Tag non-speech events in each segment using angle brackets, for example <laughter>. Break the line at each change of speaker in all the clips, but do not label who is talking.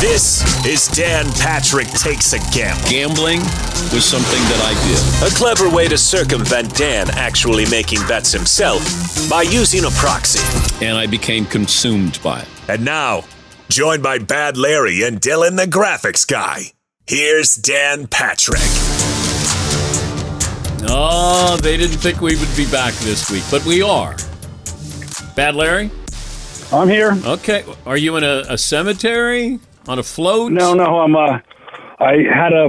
This is Dan Patrick Takes a Gamble.
Gambling was something that I did.
A clever way to circumvent Dan actually making bets himself by using a proxy.
And I became consumed by it.
And now, joined by Bad Larry and Dylan the graphics guy, here's Dan Patrick.
Oh, they didn't think we would be back this week, but we are. Bad Larry?
I'm here.
Okay. Are you in a, a cemetery? On a float?
No, no, I'm. Uh, I had a,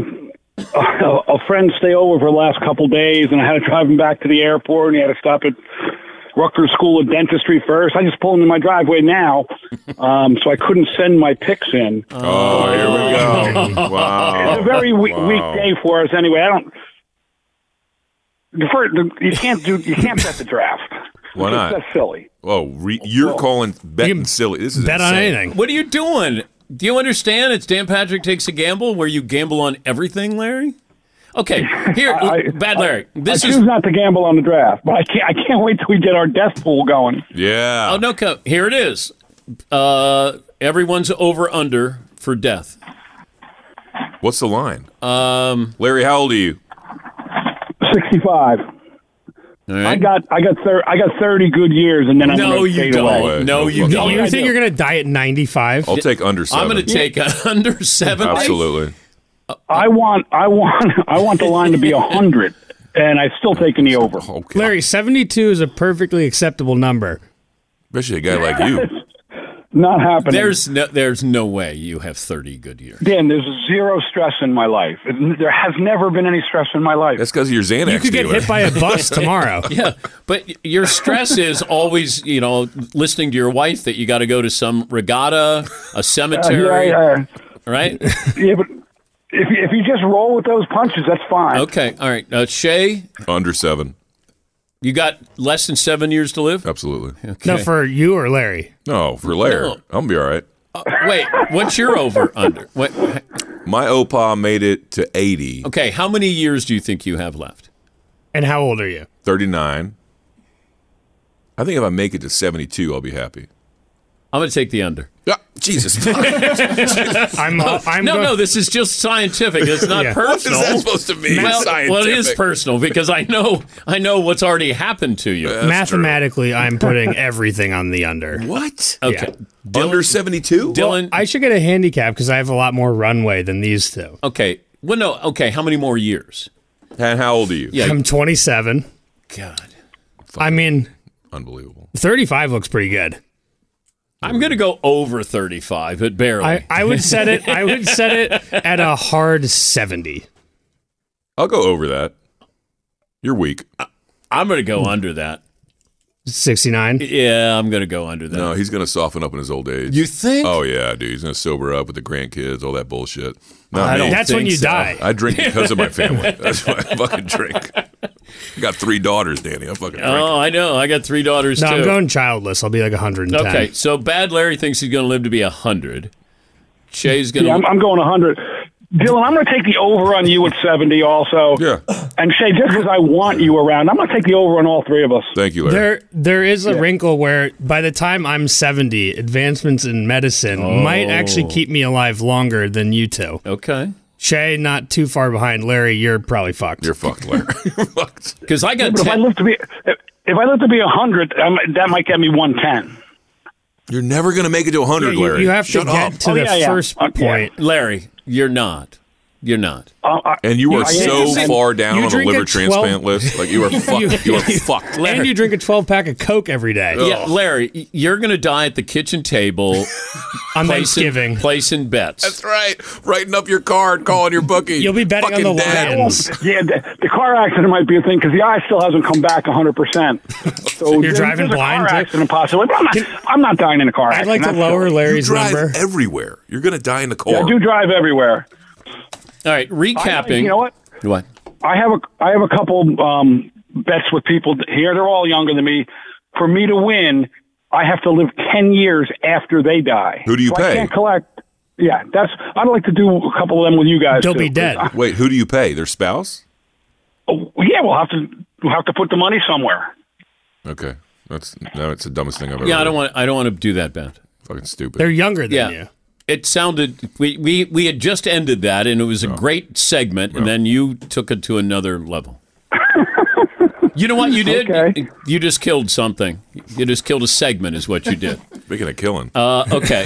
a a friend stay over for the last couple days, and I had to drive him back to the airport, and he had to stop at Rutgers School of Dentistry first. I just pulled into my driveway now, um, so I couldn't send my pics in.
Oh, here we
Oh.
go.
It's a
Wow.
very weak,
Wow.
weak day for us, anyway. I don't. The first, the, you can't do. You can't bet the draft.
Why
That's-
not?
That's silly.
Oh, re- you're calling betting silly. This is
bet on
insane.
anything.
What are you doing? Do you understand? It's Dan Patrick Takes a Gamble where you gamble on everything, Larry?
<laughs>
Okay. Here,
I-
Bad Larry. This
I
is.
choose not to gamble on the draft, but I can't. I can't wait till we get our death pool going.
Yeah.
Oh no, co- here it is. Uh, everyone's over under for death.
What's the line? Um, Larry, how old are you?
Sixty-five.
All right.
I got. I got. Thir- I got thirty good years, and then I'm
no,
gonna
you
fade
don't.
away.
No,
No
you
fucking
don't.
way.
You
I
think
do.
you're going to die at 95?
I'll take under seven.
I'm going to take a <laughs> under seven.
Absolutely.
I want. I want. I want the line
<laughs>
to be hundred, and I still taking the over.
Okay.
Larry, 72 is a perfectly acceptable number.
Especially a guy like you.
<laughs> Not happening.
There's no, there's no way you have 30 good years.
Dan, there's zero stress in my life. There has never been any stress in my life.
That's because of your Xanax.
You could get
dealer.
hit by a
<laughs>
bus tomorrow.
Yeah, but your stress is always, you know, listening to your wife that you got to go to some regatta, a
Uh, yeah,
cemetery,
yeah,
right?
<laughs> yeah, but if you, if you just roll with those punches, that's fine.
Okay, all right. Uh, Shay,
under seven.
you got less than seven years to live.
Absolutely.
No,
<laughs>
for you or Larry.
No, for Larry,
No.
I'm gonna be all right.
uh, Wait, what's your over under? What,
<laughs> My opa made it to 80,
okay, how many years do you think you have left?
And how old are you?
39. I think if I make it to 72, I'll be happy.
I'm going to take the under.
Yeah,
<laughs>
Jesus.
I'm, uh, I'm
no,
go-
no, this is just scientific. It's not
Yeah.
personal.
What is that supposed to mean?
Well, well, it is
Scientific.
personal because I know I know what's already happened to you.
Mathematically, I'm putting everything on the under.
What?
okay,
Yeah.
<laughs> Under 72?
Dylan.
I should get a handicap because I have a lot more runway than these two.
okay, well, no, okay. How many more years?
And how old are you?
Yeah.
I'm 27.
God,
I mean,
unbelievable.
35 looks pretty good.
I'm going to go over 35, but barely.
I, I would set it. I would set it at a hard seventy.
<laughs> I'll go over that. You're weak.
I'm going to go under that.
69.
Yeah, I'm going to go under that.
No, he's going to soften up in his old age.
You think?
Oh yeah, dude. He's going to sober up with the grandkids, all that bullshit.
I
Not
don't
me.
That's when think you so. die.
I drink because of my
<laughs>
family. That's why I fucking drink. I got three daughters, Danny. I fucking drink.
Oh, I know. I got three daughters
No,
too.
I'm going childless. I'll be like 110.
okay, so Bad Larry thinks he's going to live to be 100. Shay's going to.
Yeah, I'm, I'm going 100. Dylan, I'm going to take the over on you at 70 also. Yeah. And Shay, just because I want you around, I'm going to take the over on all three of us.
Thank you,
There, there is a wrinkle where by the time I'm 70, advancements in medicine might actually
Oh.
keep me alive longer than you two.
Okay.
Shay, not too far behind. Larry, you're probably fucked. You're
fucked, Larry.
Because I got
But if I live to be if, if I live to be 100, um, that might get me 110.
You're never going to make it to 100,
Yeah, you-
Larry.
you have to
Shut
get
up.
to Oh, the yeah, yeah. first
point.
Larry, you're not. You're not.
And you are
I am.
so
Uh, You
far down on
drink
the
a
liver
12
transplant list. Like
<laughs>
you are fucked. You are
<laughs>
fucked.
And you drink a 12 pack of Coke every day.
Yeah, Larry, y- you're going to die at the kitchen <laughs> table
on
Thanksgiving, placing bets.
That's right. Writing up your card, calling your bookie. You'll be betting Fucking dad.
Yeah, the, the car accident might be a thing because the eye still hasn't come back
<laughs>
100. percent So
You're driving
there's
blind,
A
too?
car accident possibly. But I'm not. I'm not dying in a car
I'd
accident.
like to
that's
lower
silly.
Larry's
You drive
number.
everywhere. You're going to die in the car.
Yeah, I do drive everywhere.
All right,
I-
recapping.
you know what?
What?
I have a I have a couple um, bets with people here. They're all younger than me. For me to win, I have to live ten years after they die.
Who do you
So I
pay?
can't collect. Yeah, that's. I'd like to do a couple of them with you guys. too, 'cause I-
Wait, who do you pay? Their spouse?
oh, yeah, we'll have to we'll have to put the money somewhere.
Okay. That's no, it's the dumbest thing I've ever
Yeah, I don't
heard.
want. I don't want to do that, Ben.
Fucking stupid.
They're younger than
yeah.
you.
It sounded we, we we had just ended that, and it was a great segment, and then you took it to another level. you know what you did? You just killed something. You just killed a segment, is what you did.
Speaking of killing.
Uh, okay.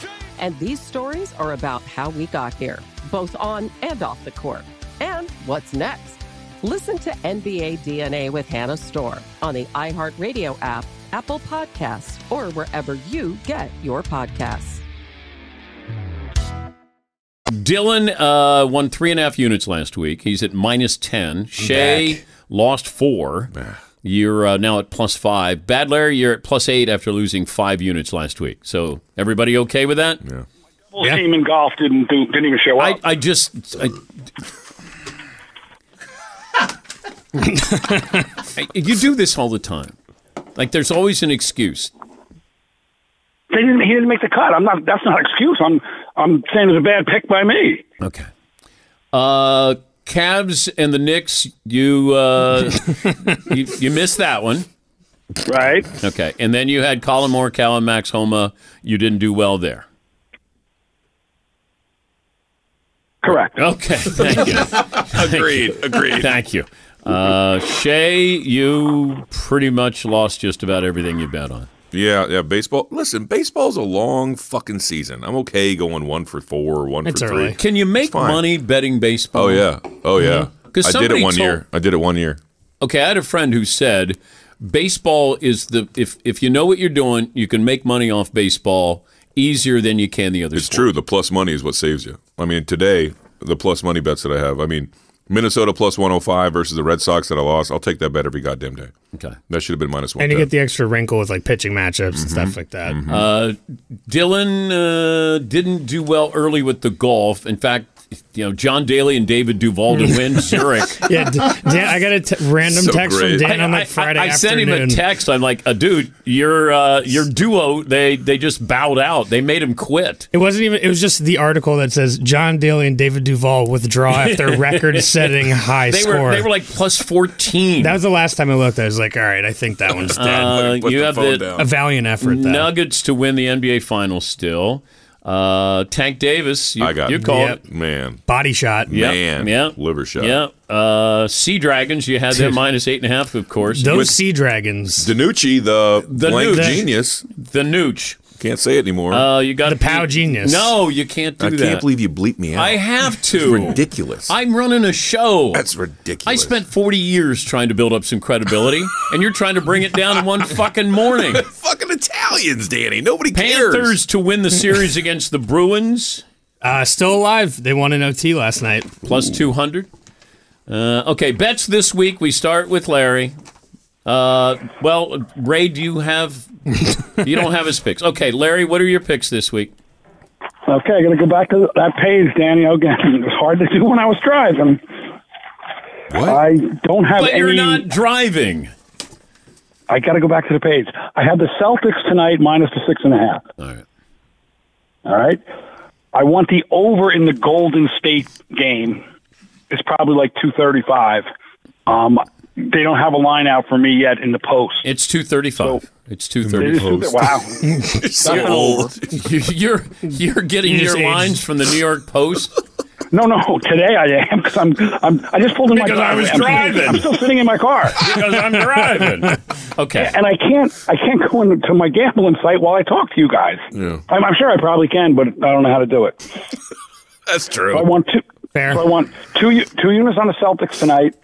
James.
And these stories are about how we got here, both on and off the court. And what's next? Listen to NBA DNA with Hannah Storr on the iHeartRadio app, Apple Podcasts, or wherever you get your podcasts.
Dylan uh, won three and a half units last week. He's at minus 10. Shay lost four. You're uh, now at plus five. Bad Larry, you're at plus eight after losing five units last week. So everybody okay with that? Yeah.
Full team in golf didn't do, didn't even show up.
I, I just I, <laughs> you do this all the time. Like there's always an excuse.
They didn't. He didn't make the cut. I'm not. That's not an excuse. I'm. I'm saying it's a bad pick by me.
Okay. Uh, Cavs and the Knicks. You uh, you, you missed that one,
right?
Okay, and then you had Colin Morikawa and Max Homa. You didn't do well there.
Correct.
Okay. Thank
<laughs>
you.
Agreed, agreed.
Thank you. Uh, Shay, you pretty much lost just about everything you bet on.
Yeah, yeah. Baseball. Listen, baseball's a long fucking season. I'm okay going one for four, one
It's
for
all
three.
right. Can you make
It's fine.
money betting baseball? Mm-hmm.
Oh yeah. Oh yeah.
Because
I did it one year. I did it one year.
Okay, I had a friend who said baseball is the if if you know what you're doing, you can make money off baseball easier than you can the other.
It's true. The plus money is what saves you. I mean, today the plus money bets that I have. I mean, Minnesota plus 105 versus the Red Sox that I lost. I'll take that bet every goddamn day.
Okay.
That should have been minus one.
And you get the extra wrinkle with like pitching matchups
Mm-hmm.
and stuff like that.
Uh, Dylan uh, didn't do well early with the golf. In fact, you know John Daly and David Duval to win <laughs> Zurich. Oh,
yeah, D- Dan, I got a t- random text from Dan on like Friday
I, I sent him a
afternoon.
text. I'm like, uh, dude, your uh, your duo, they they just bowed out. <laughs> They made him quit.
It wasn't even. It was just the article that says John Daly and David Duval withdraw
<laughs>
after record-setting high
They were-
score.
they were like plus fourteen.
That was the last time I looked. I was like, all right, I think that one's dead.
Uh, you have the
a valiant effort. Though.
Nuggets to win the NBA Finals still. Uh, Tank Davis, you,
I got
you called
Yep.
it.
man.
Body shot.
Yep.
Man,
Yep.
liver shot.
Yep. Uh, sea Dragons, you had them minus eight and a half, of course.
Those
With
sea dragons.
Danucci, the,
The
blank
Nooch.
genius.
The Nooch.
Can't say it anymore.
Uh, you got the
Pow Genius.
No, you can't do
I
that.
can't believe you bleep me out.
I have to.
It's ridiculous.
I'm running a show.
That's ridiculous.
I spent 40 years trying to build up some credibility, and you're trying to bring it down in one fucking morning.
<laughs> fucking Italians, Danny. Nobody cares.
Panthers to win the series against the Bruins,
Uh, still alive. They won an OT last night.
plus 200. Uh, okay, bets this week. We start with Larry. Uh, well, Ray, do you have. you don't have his picks. Okay, Larry, what are your picks this week?
Okay, I got to go back to that page, Danny. Again, <laughs> it was hard to do when I was driving. I don't have
But
any.
you're not driving.
I got to go back to the page. I had the Celtics tonight minus the six and a half.
All right.
All right. I want the over in the Golden State game. It's probably like two thirty-five. Um, they don't have a line out for me yet in the post.
It's 235. it's
It is two
230.
thir- <laughs> wow.
<laughs>
so
That's
old.
You're you're getting
You
your
just aged.
lines from the New York Post.
No, no. <laughs> Today I am because I'm, I'm. I just pulled in
Because
my car.
I was
I'm-
driving.
I'm still sitting in my car.
<laughs> Because I'm driving. Okay.
and I can't I can't go into my gambling site while I talk to you guys.
Yeah.
I'm, I'm sure I probably can, but I don't know how
<laughs>
to do it.
That's
So I
true.
want two. so I want two u- two units on the Celtics tonight,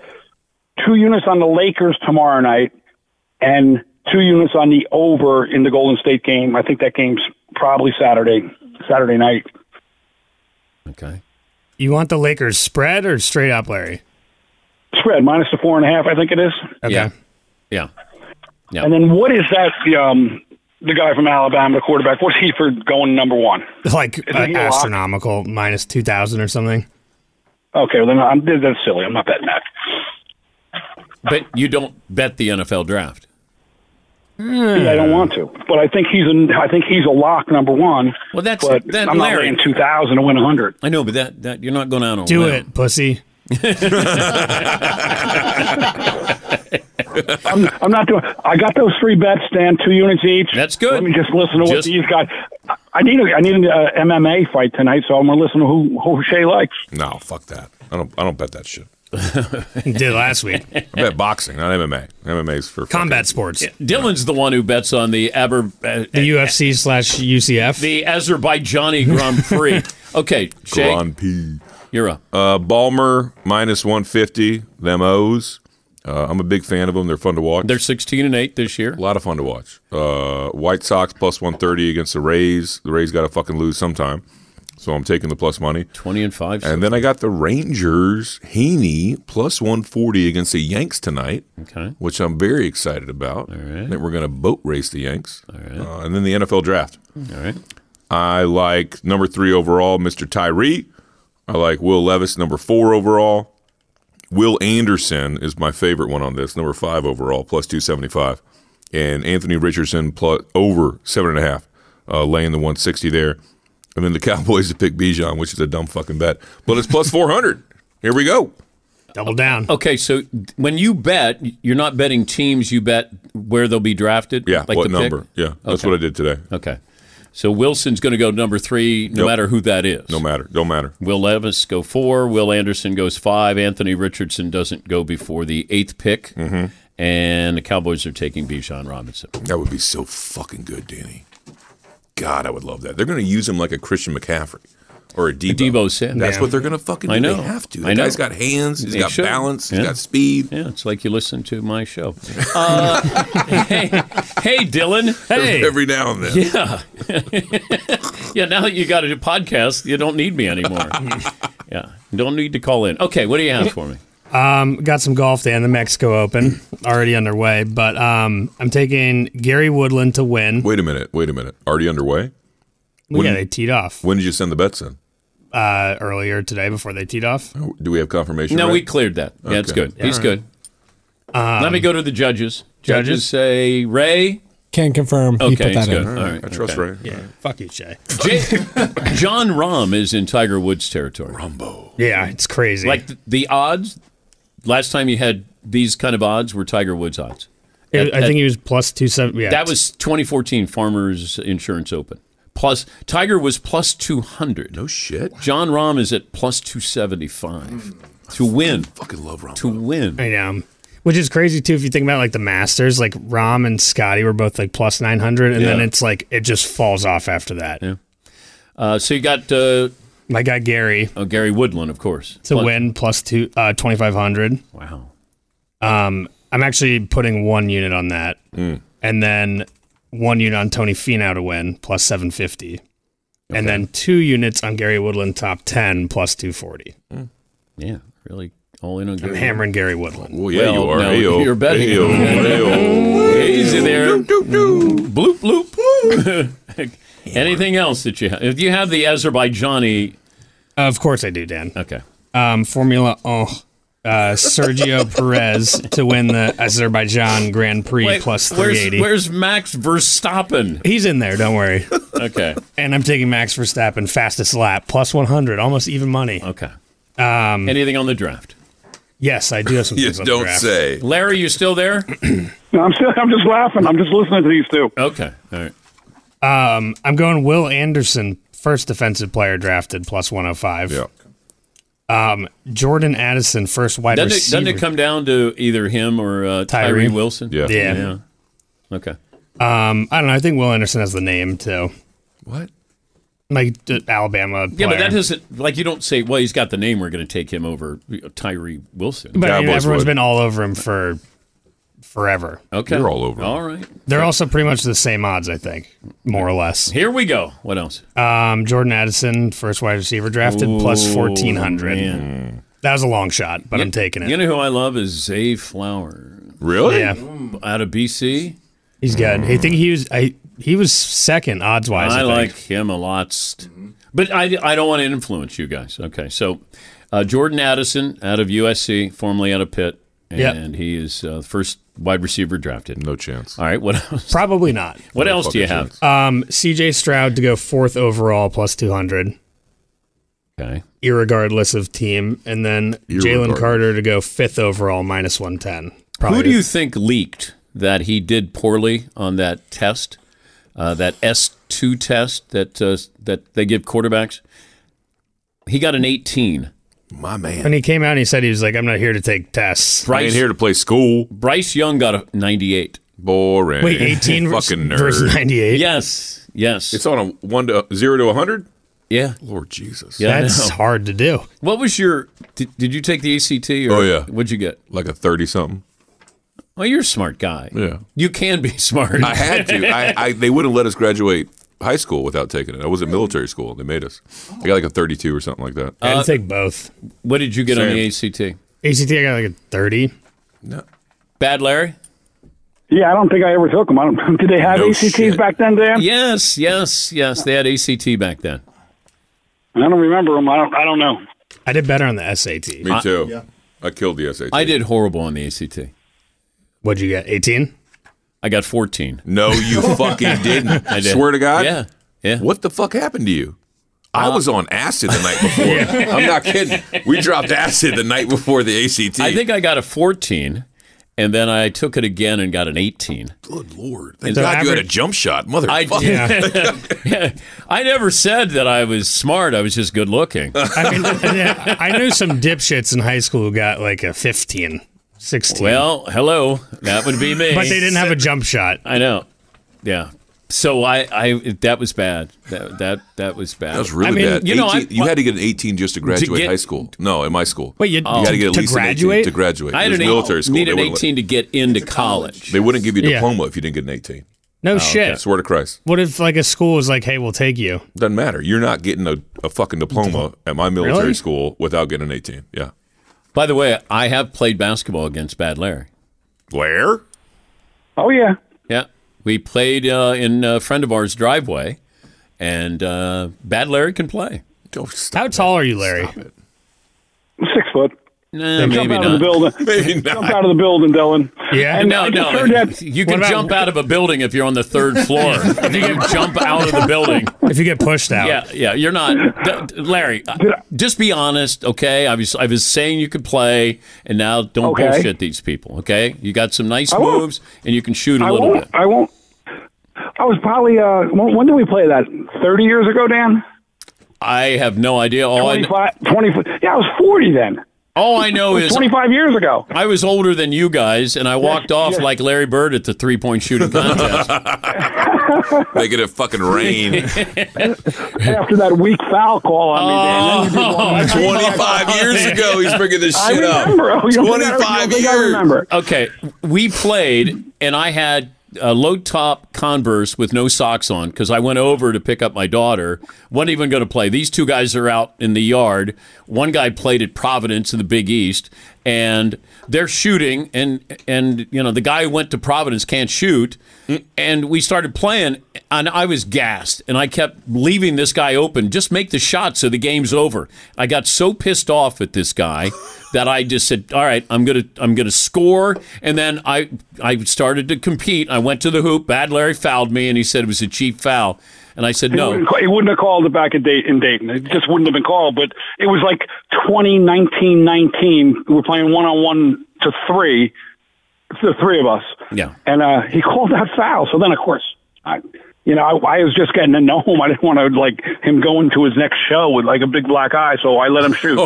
two units on the Lakers tomorrow night, and two units on the over in the Golden State game. I think that game's probably Saturday Saturday night.
Okay.
You want the Lakers spread or straight up, Larry?
Spread minus the four and a half. I think it is.
Okay.
Yeah. Yeah. Yeah.
And then what is that? The um, the guy from Alabama, the quarterback. What's he for going number one?
Like uh,
he a lock?
astronomical, minus 2,000 or something.
Okay, well then I'm, that's silly. I'm not betting that.
But you don't bet the NFL draft.
Yeah, I don't want to, but I think he's an, I think he's a lock number one.
Well, that's
but
that
I'm
Larry.
not laying two thousand to win a hundred.
I know, but that, that you're not going out on a
Do
limb. <laughs>
it, pussy.
I'm, I'm not doing. I got those three bets, Dan. Two units each.
That's good.
Let me just listen to what
Just-
these guys. I- I need a I need an uh, MMA fight tonight, so I'm gonna listen to who who Shay likes.
No, fuck that. I don't. I don't bet
<laughs>
that shit.
did last week.
I bet boxing, not MMA. MMA's for
combat sports.
Dylan's the one who bets on the Aber, uh,
The UFC slash UCF.
the Azerbaijani Grand
<laughs>
Prix. okay, Shay.
Grand Prix.
You're up.
Uh, Balmer minus one fifty. Them O's. Uh, I'm a big fan of them. They're fun to watch. They're
16 and eight this year. A
lot of fun to watch. Uh, White Sox plus 130 against the Rays. The Rays got to fucking lose sometime, so I'm taking the plus money.
20 and five.
And then I got the Rangers Heaney plus 140 against the Yanks tonight.
Okay.
Which I'm very excited about. All right. I think we're going to boat race the Yanks. All right. Uh, and then the NFL draft.
All right.
I like number three overall, Mr. Tyree. I like Will Levis, number four overall. Will Anderson is my favorite one on this, number five overall, plus 275. And Anthony Richardson, plus over seven and a half, uh, laying the 160 there. And then the <laughs> Cowboys to pick Bijan, which is a dumb fucking bet. But it's plus 400. Here we go.
Double down.
Okay, so when you bet, you're not betting teams. You bet where they'll be drafted. Yeah,
what number. Yeah, that's what I did today.
Okay, so Wilson's going to go number three, no
Yep.
matter who that is. No
matter, don't matter.
Will Levis go four. Will Anderson goes five. Anthony Richardson doesn't go before the eighth pick, and the Cowboys are taking Bijan Robinson.
Mm-hmm. That would be so fucking good, Danny. God, I would love that. They're going to use him like a Christian McCaffrey or a Debo.
Debo Samuel.
That's what they're going to fucking do.
I know.
They have to. The
I know.
guy's got hands. He's
They
got
should.
balance. He's
Yeah.
got speed.
Yeah, it's like you listen to my
<laughs>
show. Uh, <laughs> hey, hey, Dylan. Hey,
Every now and then.
Yeah, <laughs> yeah. Now that you got a podcast, you don't need
<laughs>
me anymore. yeah, don't need to call in. Okay, what do you have for me?
Um, got some golf day in the Mexico Open <clears throat> already underway, but um, I'm taking Gary Woodland to win.
Wait a minute. Wait a minute. Already underway?
Well, yeah, they teed off
When did you send the bets in?
uh, earlier today before they teed off.
Oh, Do we have confirmation?
No,
right?
we cleared that. Yeah, it's
Okay.
good. He's good. Let me go to the judges. Judges,
Um, judges?
say Ray.
Can confirm. he
Okay,
put
it's
that
good.
in.
All right, I trust okay. Ray.
Yeah, fuck you, Shay.
J- <laughs> John Rahm is in Tiger Woods territory. Rumbo.
Yeah, it's crazy.
Like the, the odds. Last time you had these kind of odds were Tiger Woods odds.
It-
At-
I
at-
think he was plus two seven. Yeah,
That was 2014 Farmers Insurance Open. Plus Tiger was plus 200. No
shit.
John Rahm is at plus 275 to win.
fucking love Rahm.
To win.
I know. Which is crazy too if you think about like the Masters, like Rom and Scotty were both like plus nine hundred, and then
Yeah.
it's like it just falls off after that.
Yeah. Uh, so you got uh,
I got Gary.
Oh, Gary Woodland, of course.
to
Plus-
win plus two uh, twenty five hundred.
Wow.
Um, I'm actually putting one unit on that,
Mm.
and then one unit on Tony Finau to win plus seven fifty, and then two units on Gary Woodland top ten plus two forty.
Mm. Yeah, really all in on Gary.
hammering Gary Woodland.
Well, Oh, yeah, you
Well,
are.
no,
Ayo.
you're betting.
Ayo.
<laughs>
Ayo.
Easy there. Bloop, bloop. Anything else that you have? If you have the Azerbaijani.
Of course I do, Dan.
Okay.
Um, Formula Oh. Uh, Sergio Perez to win the Azerbaijan Grand Prix
Wait,
plus
where's-
380.
Where's, Max Verstappen?
He's in there, don't worry.
Okay.
And I'm taking Max Verstappen fastest lap plus 100, almost even money.
Okay.
Um,
Anything on the draft?
Yes, I do have some things on the draft.
Larry, you
<clears throat>
still there?
No, I'm still. I'm just laughing. I'm just listening to these two.
Okay. All right.
Um, I'm going Will Anderson, first defensive player drafted plus 105. Yeah. Um, Jordan Addison, first wide
Doesn't it,
receiver.
doesn't it come down to either him or uh, Tyree.
Tyree.
Wilson?
Yeah. Yeah.
Okay.
Um, I don't know. I think Will Anderson has the name too.
What?
Like d- Alabama.
Yeah, but
player.
that doesn't like you don't say. Well, he's got the name. We're going to take him over uh, Tyree Wilson.
But I mean, everyone's been all over him for forever.
Okay. You're all over him. All right.
They're also pretty much the same odds, I think, more or less.
Here we go. What else?
Um, Jordan Addison, first wide receiver drafted, plus
Ooh,
1,400.
man.
That was a long shot, but
You-
I'm taking it.
You know who I love is Zay Flower.
Really?
Yeah.
Out of BC.
He's good. I think he was, I, he was second odds wise.
I,
I,
like
think.
him a lot. st- Mm-hmm. But I, I don't want to influence you guys. Okay. So uh, Jordan Addison out of USC, formerly out of Pitt. And
Yep.
he is uh, first wide receiver drafted.
No chance.
All right. What else?
Probably not.
What else do you have?
Um, CJ Stroud to go fourth overall, plus 200.
Okay.
irregardless of team, and then Jalen
Irregardless.
Carter to go fifth overall, minus one ten.
Who do you think leaked that he did poorly on that test, uh, that S two test that uh, that they give quarterbacks? He got an eighteen.
My man.
And he came out and he said he was like, "I'm not here to take tests.
Bryce, here
to play school.
Bryce Young got a 98.
Boring.
Wait, 18
<laughs>
vers- <laughs> versus 98?
Yes. Yes.
It's on a one to zero to 100?
Yeah.
Lord Jesus.
Yeah, I
That's
know.
hard to do."
What was your? Did, did you take the ACT? Or
Oh, yeah.
What'd you get?
Like a 30 something.
Well, you're a smart guy.
Yeah.
You can be <laughs> smart.
I had to. I, I they wouldn't let us graduate high school without taking it. I was at military school. They made us. I got like a 32 or something like that.
I had to take both.
Uh, What did you get on
Same.
the ACT?
ACT, I got like a <laughs> thirty.
Bad Larry?
Yeah, I don't think I ever took them. I don't, <laughs> did they have
No
ACTs
shit.
back then, Dan?
Yes, yes, yes. They had ACT back then.
I don't remember them. I don't. I don't know.
I did better on the SAT.
Me too. I killed the SAT.
I did horrible on the ACT.
What'd you get? Eighteen.
I got fourteen.
No,
<laughs>
you fucking didn't.
I did.
Swear to God.
Yeah. Yeah. Uh,
What the fuck happened to you? I was on acid the night
<laughs>
before. I'm not kidding. We dropped acid the night before the ACT.
I think I got a fourteen, and then I took it again and got an eighteen.
Good lord! Thank
So
God you had a
average-
jump shot,
I,
motherfucker. <laughs>
<laughs> yeah. I never said that I was smart. I was just good looking.
I mean, yeah, I knew some dipshits in high school who got like a 15, 16.
Well, hello. That would be me.
but they didn't have a jump shot.
I know. Yeah. So I, I that was bad. That that that was bad.
That was really
I mean,
bad.
You know,
18
I,
you had to get an 18 just to graduate
get-
high school. No, in my school.
Wait, you-
you had to get at
to
least an 18
graduate?
to graduate.
I
it
had
was
an eight-
military school.
needed
They wouldn't let-
18 to get into college.
They wouldn't give you a
Yeah.
diploma if you didn't get an 18.
oh,
No shit.
I swear to Christ.
What if like a school was like, "Hey, we'll take you."
Doesn't matter. You're not getting a, a fucking
<laughs>
diploma at my military
Really?
school without getting
<laughs>
an 18. Yeah.
By the way, I have played basketball against Bad Larry.
Where?
Oh yeah.
Yeah, we played uh, in a friend of ours' driveway, and uh, Bad Larry can play.
How tall are you, Larry?
Six foot.
Nah,
jump
Eh, <laughs> maybe
out of the
not.
<laughs> building.
Maybe
Jump out of the building, Dylan.
Yeah.
And
no,
I just
no.
heard that-
You
What
can
about-
jump out of a building if you're on the third
<laughs>
floor. if you can jump out of the
<laughs>
building.
If you get pushed out.
Yeah, yeah. You're not, D- D- Larry. uh, Just be honest, okay? I was, I was saying you could play, and now don't
Okay.
bullshit these people, okay? You got some nice
I won't.
moves, and you can shoot a
I
little
won't.
bit.
I won't. I was probably. Uh, when, when did we play that? Thirty years ago, Dan.
I have no idea. All I,
25, 20 Yeah, I was forty then.
all I know is
Twenty-five years
<laughs>
ago.
I was older than you guys, and I walked off
yes.
like Larry Bird at the three
<laughs>
point shooting contest.
Making it fucking
<laughs>
rain.
After that weak foul call on me, Dan. Then you did
Oh, <laughs>
one.
25 years ago, he's bringing this
I
shit up.
remember. Oh, You don't think I- you don't
25
think I
years.
remember.
okay, we played, and I had uh, low top Converse with no socks on because I went over to pick up my daughter. wasn't even going to play. These two guys are out in the yard. One guy played at Providence in the Big East, and they're shooting, and and you know the guy who went to Providence can't shoot, and we started playing, and I was gassed, and I kept leaving this guy open. Just make the shot so the game's over. I got so pissed off at this guy. that I just said, "All right, I'm gonna I'm gonna score." And then I I started to compete. I went to the hoop. Bad Larry fouled me, and he said it was a cheap foul. And I said,
He
"No."
wouldn't, he wouldn't have called it back in Dayton. In Dayton, it just wouldn't have been called. But it was like 20, 19, 19. We were playing one on one to three, the three of us,
Yeah.
and uh, he called that foul. So then, of course, I, you know, I, I was just getting to know him. I didn't want to like him going to his next show with like a big black eye. So I let him
<laughs>
shoot.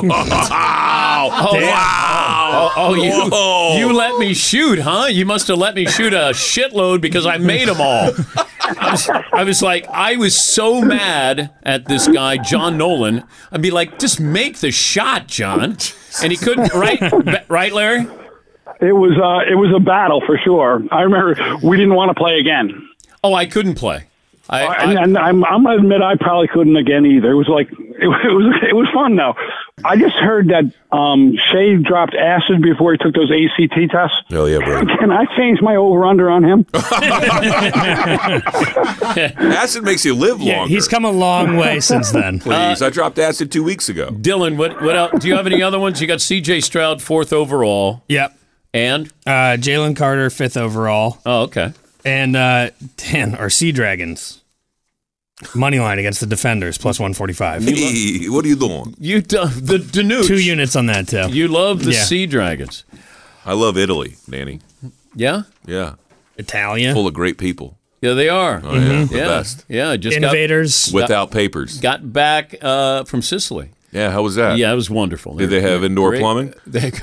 Wow.
Oh,
Wow.
Oh, oh, you
Whoa.
you let me shoot, huh? You must have let me shoot a shitload because I made them all. I was, I was like, I was so mad at this guy, John Nolan. I'd be like, just make the shot, John. And he couldn't, right? Right, Larry?
It was uh, it was a battle for sure. I remember we didn't want to play again. Uh,
Oh, I couldn't play. I, I,
and, and I'm, I'm gonna admit I probably couldn't again either. It was like it, was- <laughs> it was it was fun though. I just heard that um, Shea dropped acid before he took those ACT tests.
Hell Oh, yeah, bro.
Can I change my over under on him?
<laughs> Acid makes you live
Yeah,
longer.
he's come a long way since then.
<laughs> Please, I dropped acid two weeks ago.
Dylan, what what else? Do you have any other ones? You got C.J. Stroud fourth overall,
Yep.
and
Uh, Jalen Carter, fifth overall,
oh okay,
and uh, Dan our Sea Dragons. Money line against the defenders plus 145.
Hey, what are you doing?
You do, the Danucci.
Two units on that too.
You love the
Yeah.
Sea Dragons.
I love Italy, Danny.
Yeah?
Yeah.
Italia.
Full of great people.
Yeah, they are.
Oh, yeah.
Mhm.
The
yeah.
best.
Yeah, just got-
Mm-hmm. Innovators.
Without papers.
Got back uh, from Sicily.
Yeah, how was that?
Yeah, it was wonderful.
Did they have indoor
Great-
plumbing?
They <laughs>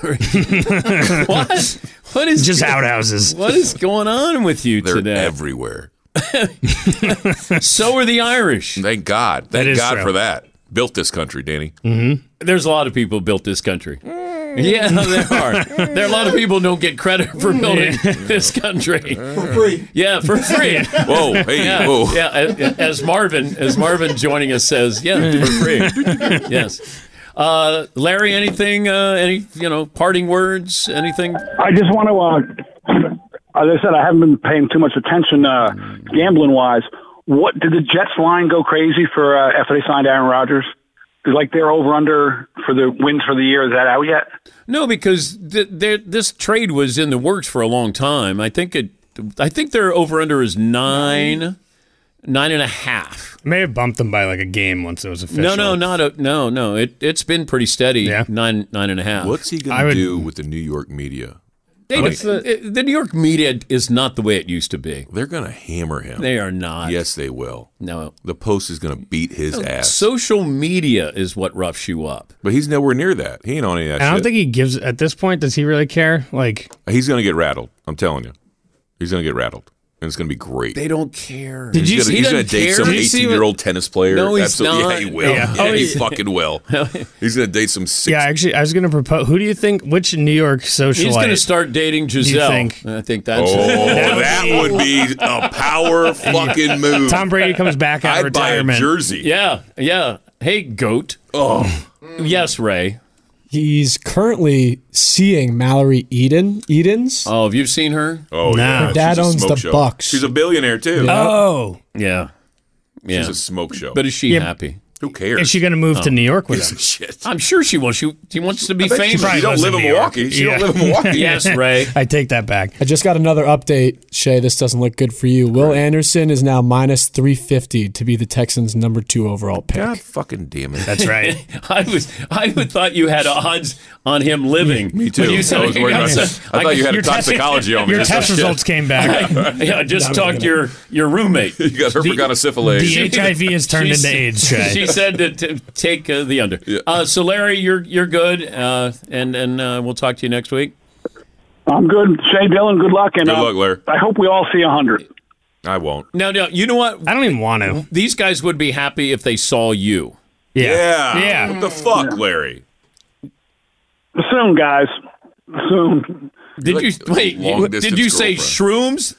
what? What is
Just outhouses.
What is going on with you
They're
today?
everywhere.
<laughs> so are the Irish.
Thank God. Thank
is
God
true.
for that. Built this country, Danny. Mm.
Mm-hmm. There's a lot of people who built this country. Yeah, <laughs> there
<laughs>
are. There are a lot of people who don't get credit for building
<laughs>
this country for
free.
Yeah, for free.
Whoa, hey,
yeah,
whoa.
Yeah, a- a- as Marvin, as Marvin joining us says, yeah, for
<laughs>
free. yes. Uh, Larry, anything? Uh, any you know parting words? Anything?
I just want to, uh, as I said, I haven't been paying too much attention uh, gambling wise. What did the Jets line go crazy for uh, after they signed Aaron Rodgers? 'Cause, Like they're over under for the wins for the year. Is that out yet?
No, because th- there- this trade was in the works for a long time. I think it. I think their over under is nine, nine and a half.
May have bumped them by like a game once it was official.
No, no, not a no, no. It it's been pretty steady.
Yeah.
Nine nine and a half.
What's he going
I
to
would-
do with the New York media?
They,
I mean,
it's the, it- the New York media is not the way it used to be.
They're going to hammer him.
They are not.
Yes, they will.
No.
The Post is going to beat his ass.
Oh, Social media is what roughs you up.
But he's nowhere near that. He ain't on any of that
I don't
shit.
think he gives at this point. Does he really care? Like,
he's going to get rattled. I'm telling you. He's going to get rattled. And it's going to be great.
They don't care.
he's gonna,
see- he
he's gonna
doesn't
date
care?
some
Did you see
18 year
what-
old tennis player?
No, he's
Absolutely. Yeah,
not.
he will.
Yeah.
Yeah,
Oh,
he
he's-
fucking
<laughs>
will. he's going to date some six.
yeah, actually, I was going to propose. Who do you think? Which New York socialite?
He's going to start dating Giselle.
think?
I think that's.
Oh, <laughs> that would be a
<laughs>
<laughs>
power fucking move.
Tom Brady comes back out of
I'd buy a
retirement.
jersey.
Yeah, yeah. Hey, goat.
Oh,
yes, Ray.
He's currently seeing Mallory Eden. Edens.
Oh, have you seen her?
Oh,
Nah. yeah. Her dad
She's a
owns
smoke
the
show.
Bucks.
She's a billionaire, too.
Oh,
yeah. Yeah.
She's a smoke show.
But is she
Yeah.
happy? Oh.
Who cares?
Is she gonna move to New York with him?
Shit.
I'm sure she will. She she wants to be
I bet she-
famous.
she don't live in Milwaukee. She don't live in Milwaukee.
<laughs> yes, Ray.
I take that back.
I just got another update, Shay. This doesn't look good for you. Will Anderson is now minus 350 to be the Texans' number two overall pick.
God fucking damn it.
That's right.
<laughs> I was I would thought you had odds on him living.
Me too.
When you said-
I was worried
<laughs>
about that. I thought you had a
your test-
toxicology on me.
Your
That's
test
no shit.
results came back.
I- <laughs> yeah, I just talked to your your roommate.
<laughs> you got her for gonosyphilis.
The
<laughs>
HIV has turned
She
into
s-
AIDS, Shay.
<laughs> She said to, to take uh, the under. Uh, so Larry, you're you're good, uh, and and uh, we'll talk to you next week.
I'm good. Shay Dillon, good luck. And,
Good
uh,
luck, Larry.
I hope we all see 100.
I won't.
No, no, you know what?
I don't even want to.
These guys would be happy if they saw you.
Yeah.
Yeah.
What the fuck, Larry?
Soon, guys. Soon.
Did you wait? you- Did you say shrooms?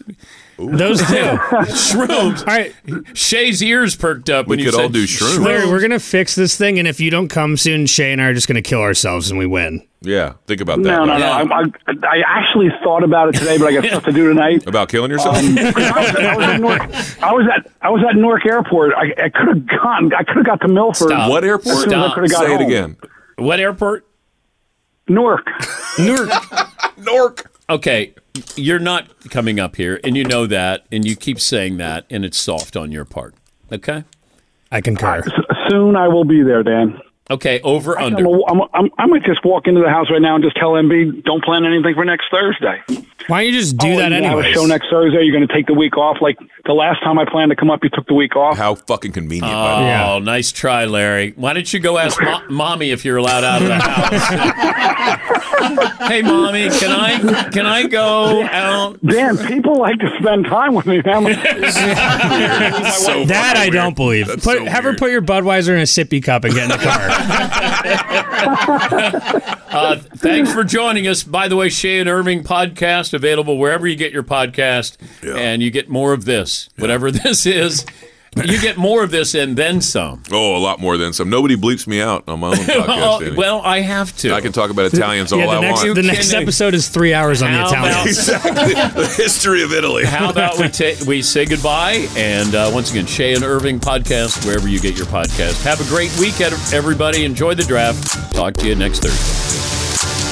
Those
<laughs>
two.
shrooms. All
right.
Shay's ears perked up when
We
you
could all
said
do shrooms.
Larry, we're gonna fix this thing, and if you don't come soon, Shay and I are just gonna kill ourselves, and we win.
Yeah. Think about that.
No, no, no.
Larry.
I, I, I actually thought about it today, but I got stuff to do
<laughs>
tonight.
About killing yourself?
<laughs> Um, 'cause I, was, I was at Newark, I was at I was at Newark Airport. I, I could have gone. I could have got to Milford.
Stop.
what airport?
As soon as I could have got
Say
home.
it again.
What airport?
Newark.
Newark.
Newark.
Okay, you're not coming up here, and you know that, and you keep saying that, and it's soft on your part. Okay.
I concur.
Soon I will be there, Dan.
Okay. Over
I'm
under.
a, I'm a, I'm, I might just walk into the house right now and just tell MB, don't plan anything for next Thursday.
Why don't you just do that
you have
anyway?
a show next Thursday. You're going to take the week off. Like the last time I planned to come up, you took the week off.
How fucking convenient. by
Oh,
the way.
nice try, Larry. Why don't you go ask mo- mommy if you're allowed out of the house? <laughs> hey, mommy, can I can I go
<laughs>
out? <laughs>
Dan, people like to spend time with me. man.
<laughs>
that I don't believe. Put, have her put your Budweiser in a sippy cup and get in the car.
Uh, thanks for joining us. By the way, Shay and Irving podcast available wherever you get your podcast, and you get more of this, whatever <laughs> this is. You get more of this and then some.
Oh, a lot more than some. Nobody bleeps me out on my
<laughs>
own
Oh,
podcast. Danny.
well, I have to.
I can talk about <laughs> Italians all
yeah, the
I
next,
want.
the next episode is three hours on the
How about-
Italians.
exactly. <laughs> the history of Italy.
How about we
<laughs>
ta- we say goodbye? And uh, once again, Shay and Irving podcast, wherever you get your podcast. Have a great weekend, everybody. Enjoy the draft. Talk to you next Thursday.